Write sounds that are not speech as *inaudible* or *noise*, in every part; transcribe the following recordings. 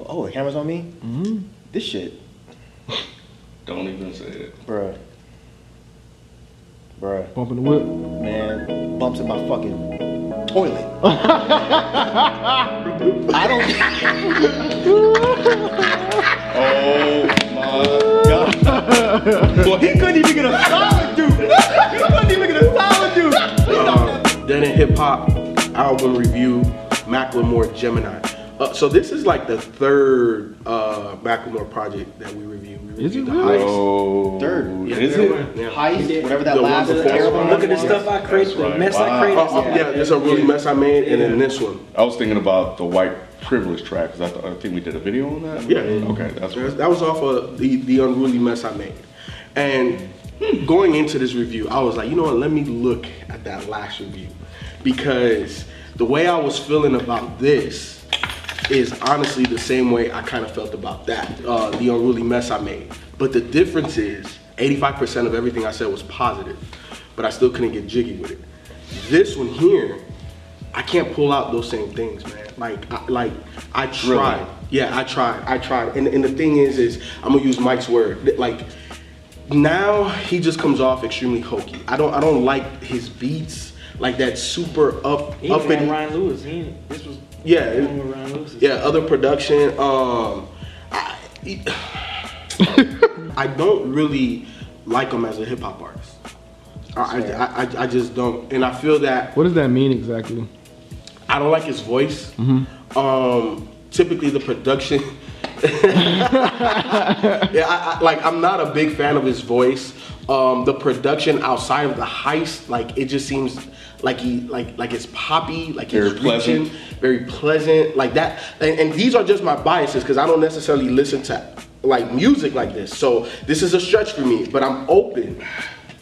oh, the camera's on me? Mm-hmm. This shit, Don't even say it. bruh. Bruh. Bumping the whip. Man, bumps in my fucking *laughs* toilet. I don't. Oh my god. Well, he couldn't even get a solid dude. *laughs* He couldn't even get a solid dude. Then in hip hop album review, Macklemore Gemini. Uh, so this is like the third uh, Macklemore project that we reviewed. We Is it reviewed the really? Heist. Oh. Third. Yeah, Is third it? one. Yeah. Heist, whatever that The one last before. terrible Look Look one at the stuff was. I That's created, the right. mess Wow. I Oh, oh, created. yeah, it's a really mess I made, and then this one. I was thinking about the white privilege track because I, thought- I think we did a video on that. Yeah. Okay, that's That's- right. That was off of the, the unruly mess I made. And going into this review, I was like, you know what, let me look at that last review. Because the way I was feeling about this is honestly the same way I kind of felt about that, uh, the unruly mess I made. But the difference is 85% of everything I said was positive, but I still couldn't get jiggy with it. This one here, I can't pull out those same things, man. Like, I, like I Really? tried. Yeah, I tried. I tried. And, and the thing is, is I'm gonna use Mike's word. That, Like now he just comes off extremely hokey. I don't I don't like his beats. Like that super up He up was on and Ryan Lewis. He ain't- this was Yeah, the it- one with Ryan Lewis. yeah other production. Um, I I don't really like him as a hip hop artist. I, I, I, I just don't, and I feel that What does that mean exactly? Mm-hmm. I don't like his voice. Um, typically, the *laughs* production. yeah, I, I, like I'm not a big fan of his voice. Um, the production outside of the heist, like it just seems like he like like it's poppy, like Very it's pleasant. reaching, very pleasant, like that. And, and these are just my biases because I don't necessarily listen to like music like this. So this is a stretch for me, but I'm open,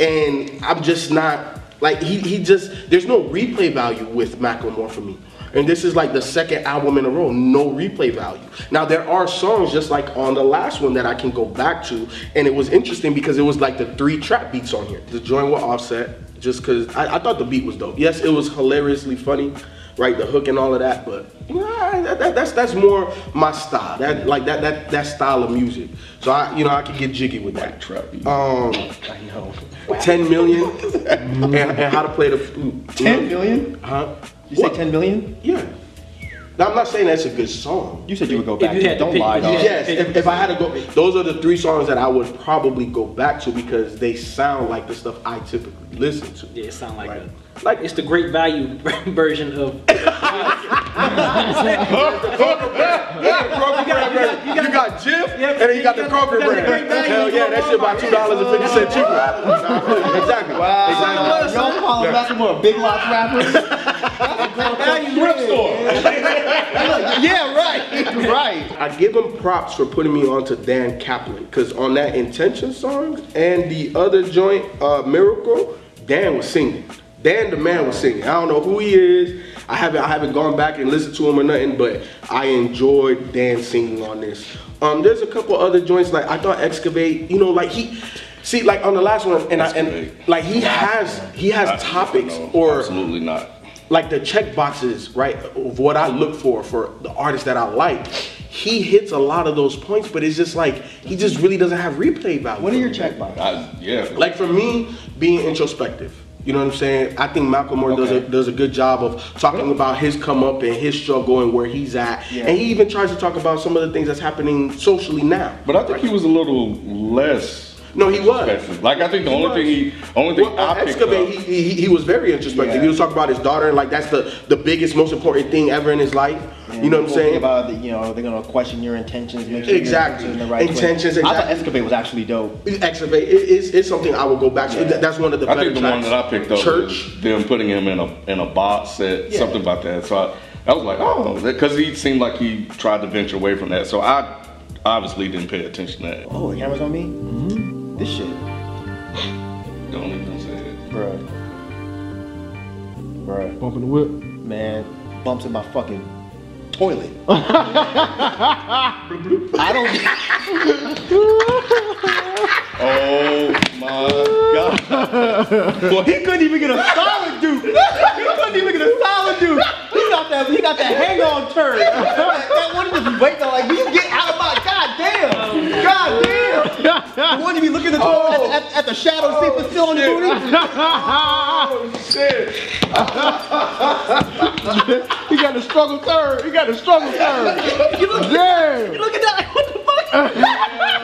and I'm just not like he he just there's no replay value with Macklemore for me. And this is like the second album in a row, no replay value. Now there are songs just like on the last one that I can go back to, and it was interesting because it was like the three trap beats on here. The joint with Offset, just because I, I thought the beat was dope. Yes, it was hilariously funny, right? The hook and all of that, but nah, that, that, that's that's more my style. That like that that that style of music. So I you know I can get jiggy with that. Trap beat. Um, I know. *laughs* ten million and, and how to play the flute. Ten million? Huh? You say What? ten million? Yeah. Now I'm not saying that's a good song. You said you would go back. you to it. had to Don't pick- lie, if you dog. had- Yes, if, if I had to go, those are the three songs that I would probably go back to because they sound like the stuff I typically listen to. Yeah, it sound like Right. a, like it's the great value *laughs* version of. Kroger brand, brand. You got Jif, and then you got the Kroger brand. Hell yeah, that shit about two dollars and fifty cent cheaper. Exactly. Wow. Exactly. *laughs* Y'all calling Macklemore a big lots rapper? *laughs* yeah, right. *laughs* right. I give him props for putting me on to Dan Kaplan because on that Intention song and the other joint, uh, Miracle, Dan was singing. Dan the man was singing. I don't know who he is. I haven't I haven't gone back and listened to him or nothing, but I enjoyed Dan singing on this. Um, there's a couple other joints like I thought Excavate. You know, like he, see, like on the last one, and I and Excavate. like he has he I- has topics no, or absolutely not. like the check boxes, right, of what I look for for the artist that I like. He hits a lot of those points, but it's just like he just really doesn't have replay value. What are your checkbox? I, yeah. Like for me, being introspective. You know what I'm saying? I think Malcolm Moore does Okay. a does a good job of talking about his come up and his struggle and where he's at, Yeah. and he even tries to talk about some of the things that's happening socially now. But I think he was a little less. No, he was. introspective. Like I think the He only was. thing he, only thing Well, uh, I picked excavate, up- he, he, he- he was very introspective. Yeah. He was talking about his daughter, and like that's the, the biggest, most important thing ever in his life. you know what I'm People think saying? About the, you know, they're gonna question your intentions, make sure Exactly. you're in the right Intentions, Way. I thought exactly. Escapade was actually dope. Excavate. It, it's, it's something I would go back to. Yeah. That's one of the I better think the one tracks. that I picked up Church. was them putting him in a in a box set, Yeah. something about that. So I, I was like, oh, because he seemed like he tried to venture away from that. So I obviously didn't pay attention to that. Oh, the camera's on me. Mm-hmm. This shit, Don't even say it. bruh. Bruh, Bumping the whip. man, bumps in my fucking *laughs* toilet. I don't. Oh my god! well, He couldn't even get a solid dude. He couldn't even get a *laughs* solid dude. He got that. He got that hang on turn. That, that one just wait on like we get the at the shadow oh, see still on the booty. Oh, Shit. *laughs* He got to struggle third. He got to struggle third. Damn. Look at that, like, what the fuck? Nah. I'm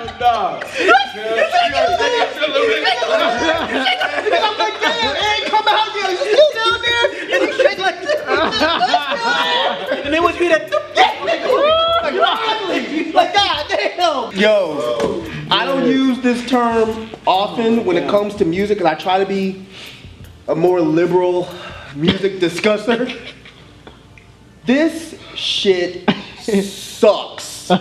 like, damn, it ain't come out yet. It's still down there. And he shake like this. and then once you hear that, like, finally. Like, *laughs* god damn. Yo, I don't use this term often when it comes to music, and I try to be a more liberal music discusser. This shit sucks.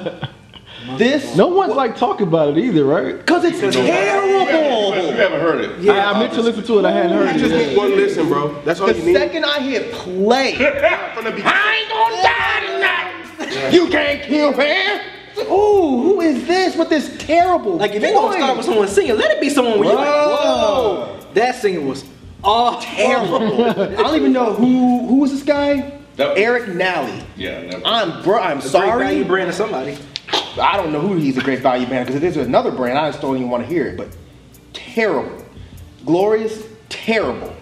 This No one's like talking about it either, right? because it's You terrible. haven't heard it. I, I meant to listen to it. I hadn't heard You it. just need one listen, bro. That's all you The need. second I hit *laughs* play, From the beginning. you can't kill him. Ooh, who is this with this terrible? Like if you're gonna start with someone singing, let it be someone where you're like, whoa, that singing was all terrible. I don't even know who who was this guy. That- Eric Nally. Yeah. never. I'm bro. I'm sorry. Great value brand of somebody. I don't know who he's a great value brand because it is another brand. I just don't even want to hear it. But terrible, glorious, terrible.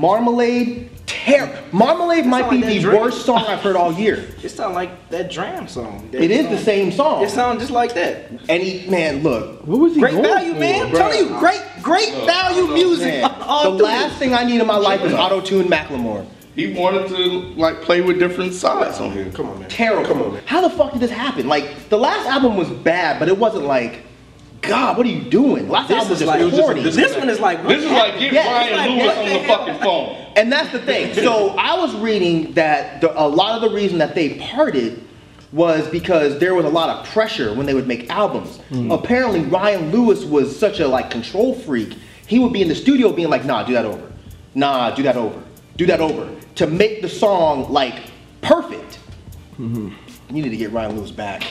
Marmalade, terrible. Marmalade might not be like that the drink. worst song I've heard all year. It sound like that Dram song. That It is the song. same song. It sound just like that. And he, man, look, What was he Great going value, for, man. I'm bro? telling you, great, great value music. man, all the through. last thing I need in my life is auto tune Macklemore. He wanted to like play with different sides on here. Come on, man. Terrible. Come on, man. How the fuck did this happen? Like the last album was bad, but it wasn't like, God, what are you doing? Last This album was is just like corny. This one is like This is like get Yeah, Brian it's like, Lewis what on the the hell? fucking phone. And that's the thing. So I was reading that the, a lot of the reason that they parted was because there was a lot of pressure when they would make albums. Apparently, Ryan Lewis was such a like control freak. He would be in the studio being like, "Nah, do that over. Nah, do that over. Do that over." To make the song like perfect. You need to get Ryan Lewis back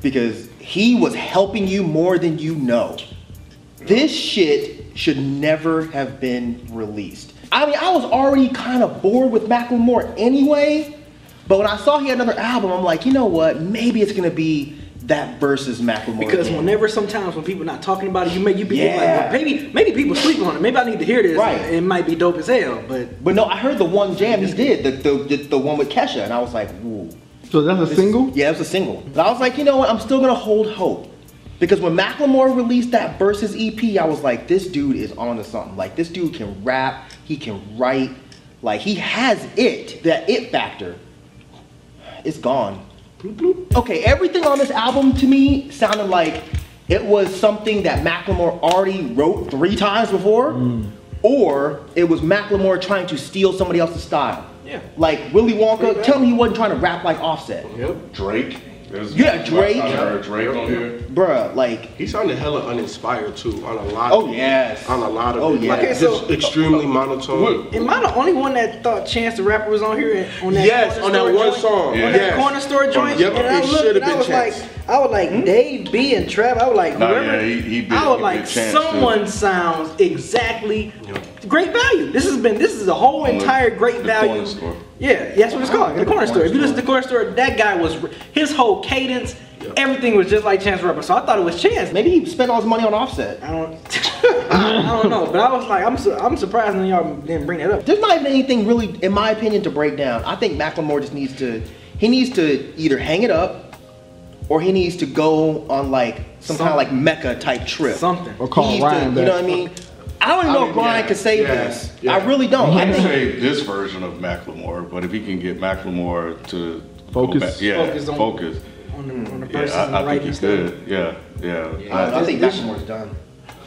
because he was helping you more than you know. This shit should never have been released. I mean, I was already kind of bored with Macklemore anyway, but when I saw he had another album, I'm like, you know what? Maybe it's gonna be that versus Macklemore. Because again. whenever sometimes when people not talking about it, you make you be Yeah. like, well, maybe maybe people sleep on it. Maybe I need to hear this. Right. It might be dope as hell, but but no, I heard the one jam he did, the the, the, the one with Kesha, and I was like, ooh. So that's a single. Yeah, it was a single. But I was like, you know what? I'm still gonna hold hope. Because when Macklemore released that Versus EP, I was like, this dude is on to something. Like, this dude can rap, he can write, like, he has it, that it factor. It's gone. Okay, everything on this album to me sounded like it was something that Macklemore already wrote three times before, or it was Macklemore trying to steal somebody else's style. Yeah. Like Willy Wonka, tell me he wasn't trying to rap like Offset. Drake. There's- Yeah, Drake. I heard Drake on here. Bruh, like, He sounded hella uninspired too on a lot. Oh, of it. yes. On a lot of Oh, it. Like, yes. it's just extremely uh, monotone. am I the only one that thought Chance the Rapper was on here? and- On that Yes, corner on that store one joint? song. On Yeah. that Yes. corner store joint. Yep, and I it looked should've and I been was Chance. Hmm? like, I was like Dave B and Trap. I was like, Nah, whoever- yeah, he- he big- I was he like, big Chance, too. someone sounds exactly great value. This has been this is a whole entire great The value. corner store. Yeah, that's what it's called. The corner store. If you listen to the corner store, that guy was his whole cadence, everything was just like Chance the Rapper. So I thought it was Chance. maybe he spent all his money on Offset. I don't, *laughs* I don't know, but I was like, I'm, su- I'm surprised none of y'all didn't bring that up. There's not even anything really, in my opinion, to break down. I think Macklemore just needs to, he needs to either hang it up, or he needs to go on like some kind of like Mecca type trip. Something. Or call He needs Ryan to, you know back. what I mean? I don't even know if mean, Brian yeah, could save yeah, this. yeah. I really don't. I *laughs* I think say this version of Macklemore, but if he can get Macklemore to go Focus. back- yeah, Focus focus, on- On the, on the Yeah, person I, I right think he next to him. could. Yeah, yeah. I, I I- think This- Macklemore's done.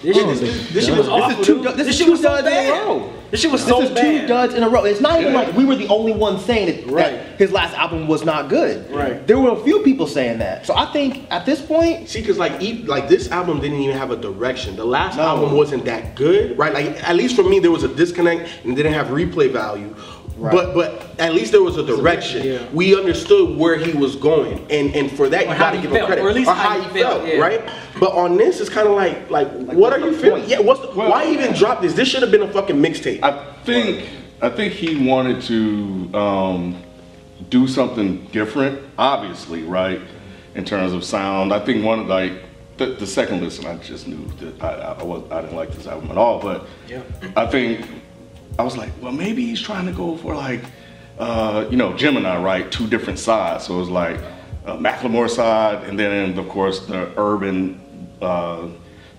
This shit, is- Oh, this shit was awful. two dude. du- this is shit two was so duds in a bad. row. This shit was This so is bad. two duds in a row. It's not even Yeah. like we were the only ones saying that, that Right. his last album was not good. Right. There were a few people saying that. So I think at this point, See, cause like e- like this album didn't even have a direction. The last No. album wasn't that good, right? Like at least for me, there was a disconnect and it didn't have replay value. Right. But but at least there was a direction. yeah. We understood where he was going, and and for that Or you how gotta he give him felt, credit, or at least how how he he felt, felt, yeah. right? But on this, it's kind of like like, what what's are the you feeling? point? Yeah, what's the, Well- why even drop this? This should have been a fucking mixtape. I think I think he wanted to um, do something different, obviously, right? In terms of sound, I think one like the, the second listen, I just knew that I, I, I was I didn't like this album at all. But I think I was like, well, maybe he's trying to go for like, uh, you know, Gemini, right? Two different sides. So it was like uh, Macklemore side, and then of course the urban. Uh,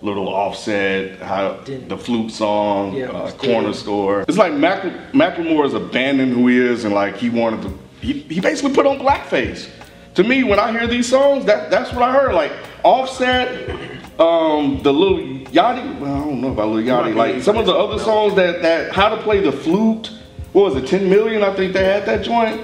Little offset, how the flute song, Yeah. uh, corner store. It's like Mac- Macklemore is abandoned who he is, and like he wanted to. He, he basically put on blackface. To me, when I hear these songs, that that's what I heard. Like Offset, um, the little Yachty. Well, I don't know about little Yachty. Like some of the other songs that that how to play the flute. What was it? Ten million? I think they had that joint.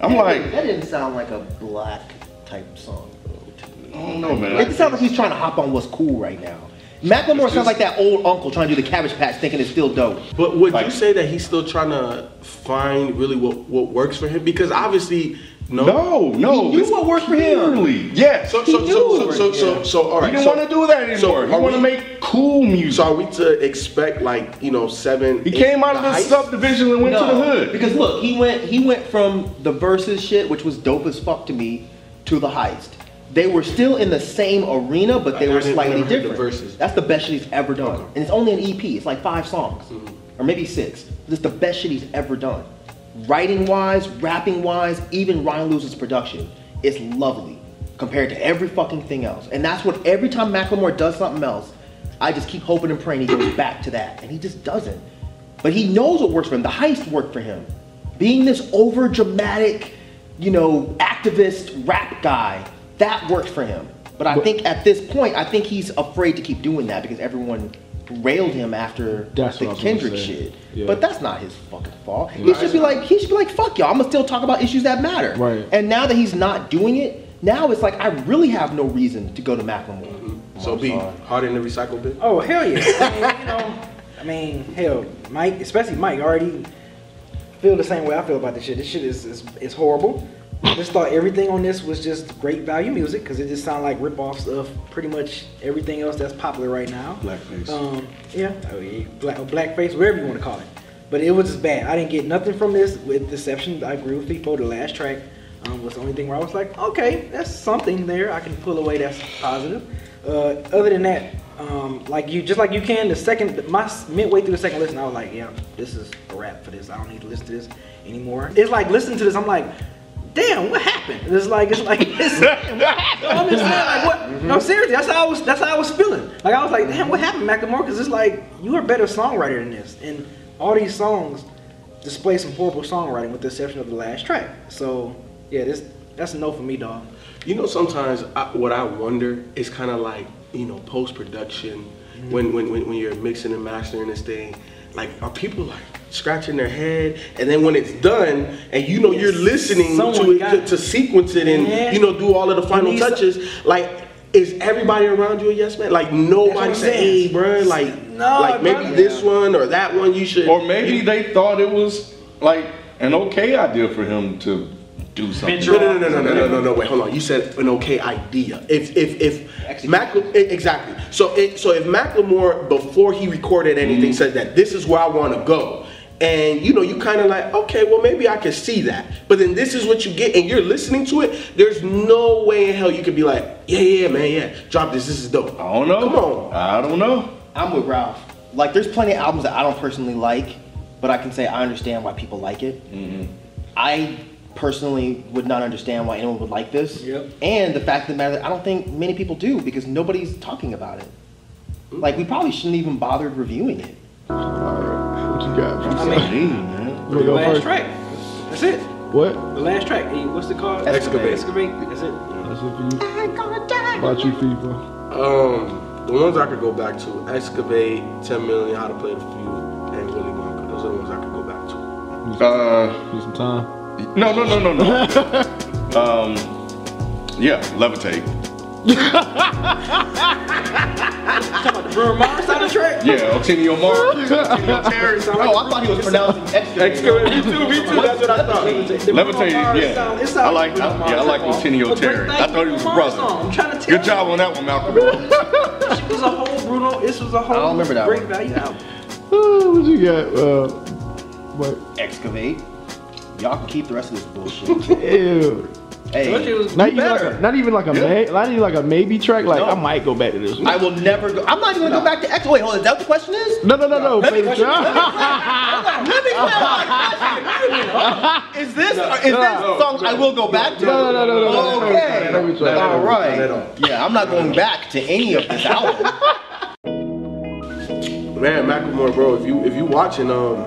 I'm like, That didn't sound like a black type song. though, to me. I don't know, It man. sounds like he's trying to hop on what's cool right now. Macklemore sounds like that old uncle trying to do the Cabbage Patch, thinking it's still dope. But would Like- you say that he's still trying to find really what, what works for him? Because obviously, no. No, no. He knew this what worked for him. Clearly, yes. So so He so so, knew. so so so all He right. didn't so, want to do that so anymore. are he want to we- make cool music. So are we to expect like you know seven? He eight, came out of the nine? subdivision and went to the hood. Because look, he went he went from the versus shit, which was dope as fuck to me, to the heist. They were still in the same arena, but they I- I were didn't- I slightly never heard the different. verses. That's the best shit he's ever done, and it's only an EP. It's like five songs, Mm-hmm. or maybe six. It's the best shit he's ever done, writing wise, rapping wise, even Ryan Lewis's production. It's lovely compared to every fucking thing else, and that's what every time Macklemore does something else, I just keep hoping and praying he goes back to that, and he just doesn't. But he knows what works for him. The heist worked for him. Being this over dramatic, you know, activist rap guy, that worked for him. But I think at this point, I think he's afraid to keep doing that because everyone railed him after That's the what I was gonna Kendrick say. shit. Yeah. But that's not his fucking fault. He should be like, he should be like, fuck y'all. I'm gonna still talk about issues that matter. Right. And now that he's not doing it, now it's like I really have no reason to go to Macklemore. So be hard in the recycle bin. Oh hell yeah! I mean, you know, I mean, hell, Mike, especially Mike, already feel the same way I feel about this shit. This shit is is, is horrible. I just thought everything on this was just great value music because it just sounded like rip-offs of pretty much everything else that's popular right now. Blackface. Um, yeah, oh, yeah, black, or blackface, whatever you want to call it. But it was just bad. I didn't get nothing from this, with deception. I agree with people. The last track um, was the only thing where I was like, okay, that's something there. I can pull away. That's positive. Uh, other than that, um, like you, just like you can. The second, my s- midway through the second listen, I was like, yeah, this is a wrap for this. I don't need to listen to this anymore. It's like listening to this, I'm like. Damn, what happened? It's like it's like *laughs* it's, what happened? I'm just saying, like what? No, seriously, that's how I was. That's how I was feeling. Like I was like, damn, what happened, Macklemore? Because it's like you are a better songwriter than this, and all these songs display some horrible songwriting, with the exception of the last track. So yeah, this that's a no for me, dog. You know, sometimes I, what I wonder is kind of like you know post production Mm-hmm. when, when when when you're mixing and mastering this thing. Like, are people like scratching their head? And then when it's done, and you know you're listening to Someone it got to, it. to sequence it and Yeah. you know do all of the final need some- touches, like. Is everybody around you a yes man? Like nobody I'm said, saying. "Hey, bruh, like, No, like maybe bruh. this one or that one you should." Or maybe they thought it was like an okay idea for him to do something. No, no, no, no, no, no, no, no. Wait, hold on. You said an okay idea. If if if Mac, e, exactly. So it, so if Macklemore before he recorded anything Mm. says that this is where I want to go, and you know you kind of like okay, well maybe I can see that, but then this is what you get, and you're listening to it. There's no way in hell you could be like yeah yeah man yeah drop this this is dope. I don't know. Come on. I don't know. I'm with Ralph. Like, there's plenty of albums that I don't personally like, but I can say I understand why people like it. I personally would not understand why anyone would like this. Yep. And the fact of the matter, I don't think many people do because nobody's talking about it. Like, we probably shouldn't even bother reviewing it. What you got? I mean, man. You wanna the go last first? track. That's it. What? The last track. Hey, what's it called? Excavate. Excavate. That's it. That's it for you. What about you, FIFA? Um, the ones I could go back to: excavate, ten million, how to play the flute, and Willie Wonka. Those are the ones I could go back to. Uh, Need some time. no, no, no, no, *laughs* no. um, yeah, levitate. Bruno Mars on the track. Yeah, Otinio *laughs* Mark. Otinio Terry. Oh, I thought he was pronouncing extra. Excavate, me too, me too. That's what I thought. The Bruno Levitate, Mars yeah. sound- it I sounds like, Bruno I, Mars. yeah, I like Otinio But Terry. thank I thought he you, was a Bruno Mars song. I'm brother. trying to tell Good job on that one, Malcolm. It was a whole Bruno. This was a whole. I don't remember that great one. value album. Oh, what you got? Uh, what? Excavate. Y'all can keep the rest of this bullshit. Told you Ew. Hey, it was Not even, like better. a, not even like a may, not even like a maybe track. Like No. I might go back to this. I will never go. I'm not even gonna go back to X. Wait, hold on. Is that what the question is? No, no, no, no. Let me baby question- track. Let me clarify my question. Is this is this No, song I will go back to? No, no, no, no, no, no, Okay. no, no, no, no, no, All no, not at right. all. Yeah, I'm not going back to any of this album. Man, Macklemore, bro, if you if you watching, um,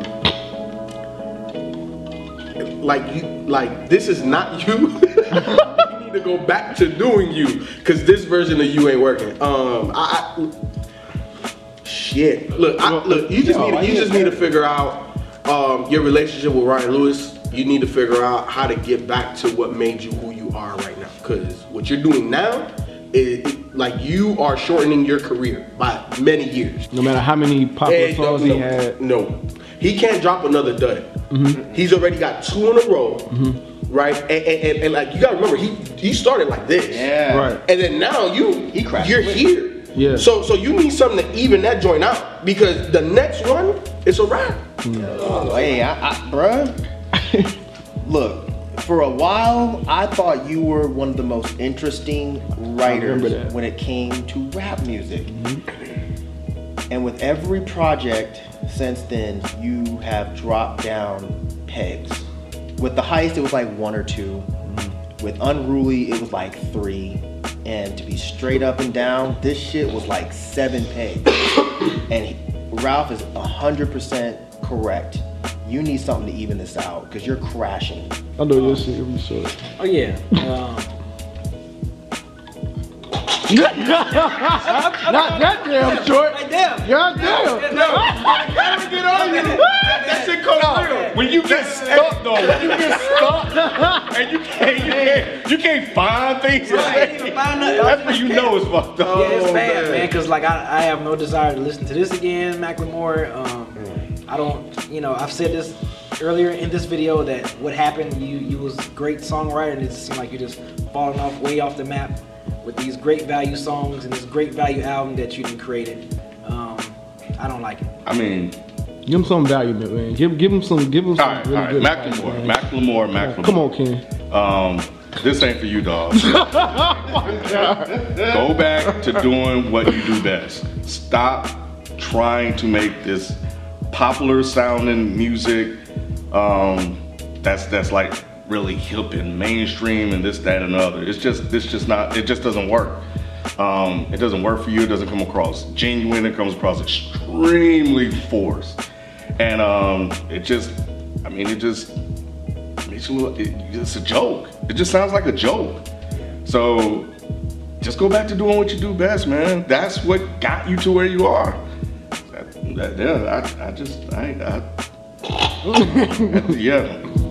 like you like this is not *laughs* you. you need to go back to doing you, cause this version of you ain't working. Um, I, I shit. Look, I, look, you just need to, you just need to figure out um your relationship with Ryan Lewis. You need to figure out how to get back to what made you who you are right now, cause what you're doing now. Is, like you are shortening your career by many years. No matter how many popular Hey, songs no, he no, had, Mm-hmm. No, he can't drop another dud. He's already got two in a row, right? And, and, and, and, like you gotta remember, he he started like this, Yeah. right? And then now you He crashed You're quick. here, Yeah. So so you need something to even that joint out because the next one it's a wrap. Hey, I, I, bruh. *laughs* Look, for a while, I thought you were one of the most interesting remember writers that. when it came to rap music. Mm-hmm. And with every project since then, you have dropped down pegs. With the heist, it was like one or 2 Mm-hmm. With Unruly, it was like three. And to be straight up and down, this shit was like seven pegs. *coughs* And he- Ralph is 100% correct. You need something to even this out because you're crashing. I know your shit. Every short. Oh *laughs* yeah. Um, Not that damn short. like damn. God damn. That shit comes real. When you get stuck though, when you get *laughs* stuck and you can't, you can't, you can't find things. to Right, you say, can't find nothing. That's when you know Oh, it's fucked up. Yeah, it's bad, man. man. Cause like I, I have no desire to listen to this again, Macklemore. Um, I don't, you know, I've said this earlier in this video that what happened, you you was a great songwriter, and it just seemed like you just falling off, way off the map with these great value songs and this great value album that you done created. Um, I don't like it. I mean, Give him some value, man. Give, give him some. Give him all some. right, all really right. good advice, Macklemore, Macklemore, man. Macklemore. Come on, Ken. Um, this ain't for you, dog. Go back to doing what you do best. Stop trying to make this popular sounding music um, that's that's like really hip and mainstream and this, that, and the other. It's just this just not it just doesn't work. Um, it doesn't work for you. It doesn't come across genuine. It comes across extremely forced, and um, it just I mean it just makes you look, it, it's a joke. It just sounds like a joke. So just go back to doing what you do best, man. That's what got you to where you are. That, that, yeah, I, *laughs* I just, I, I yeah.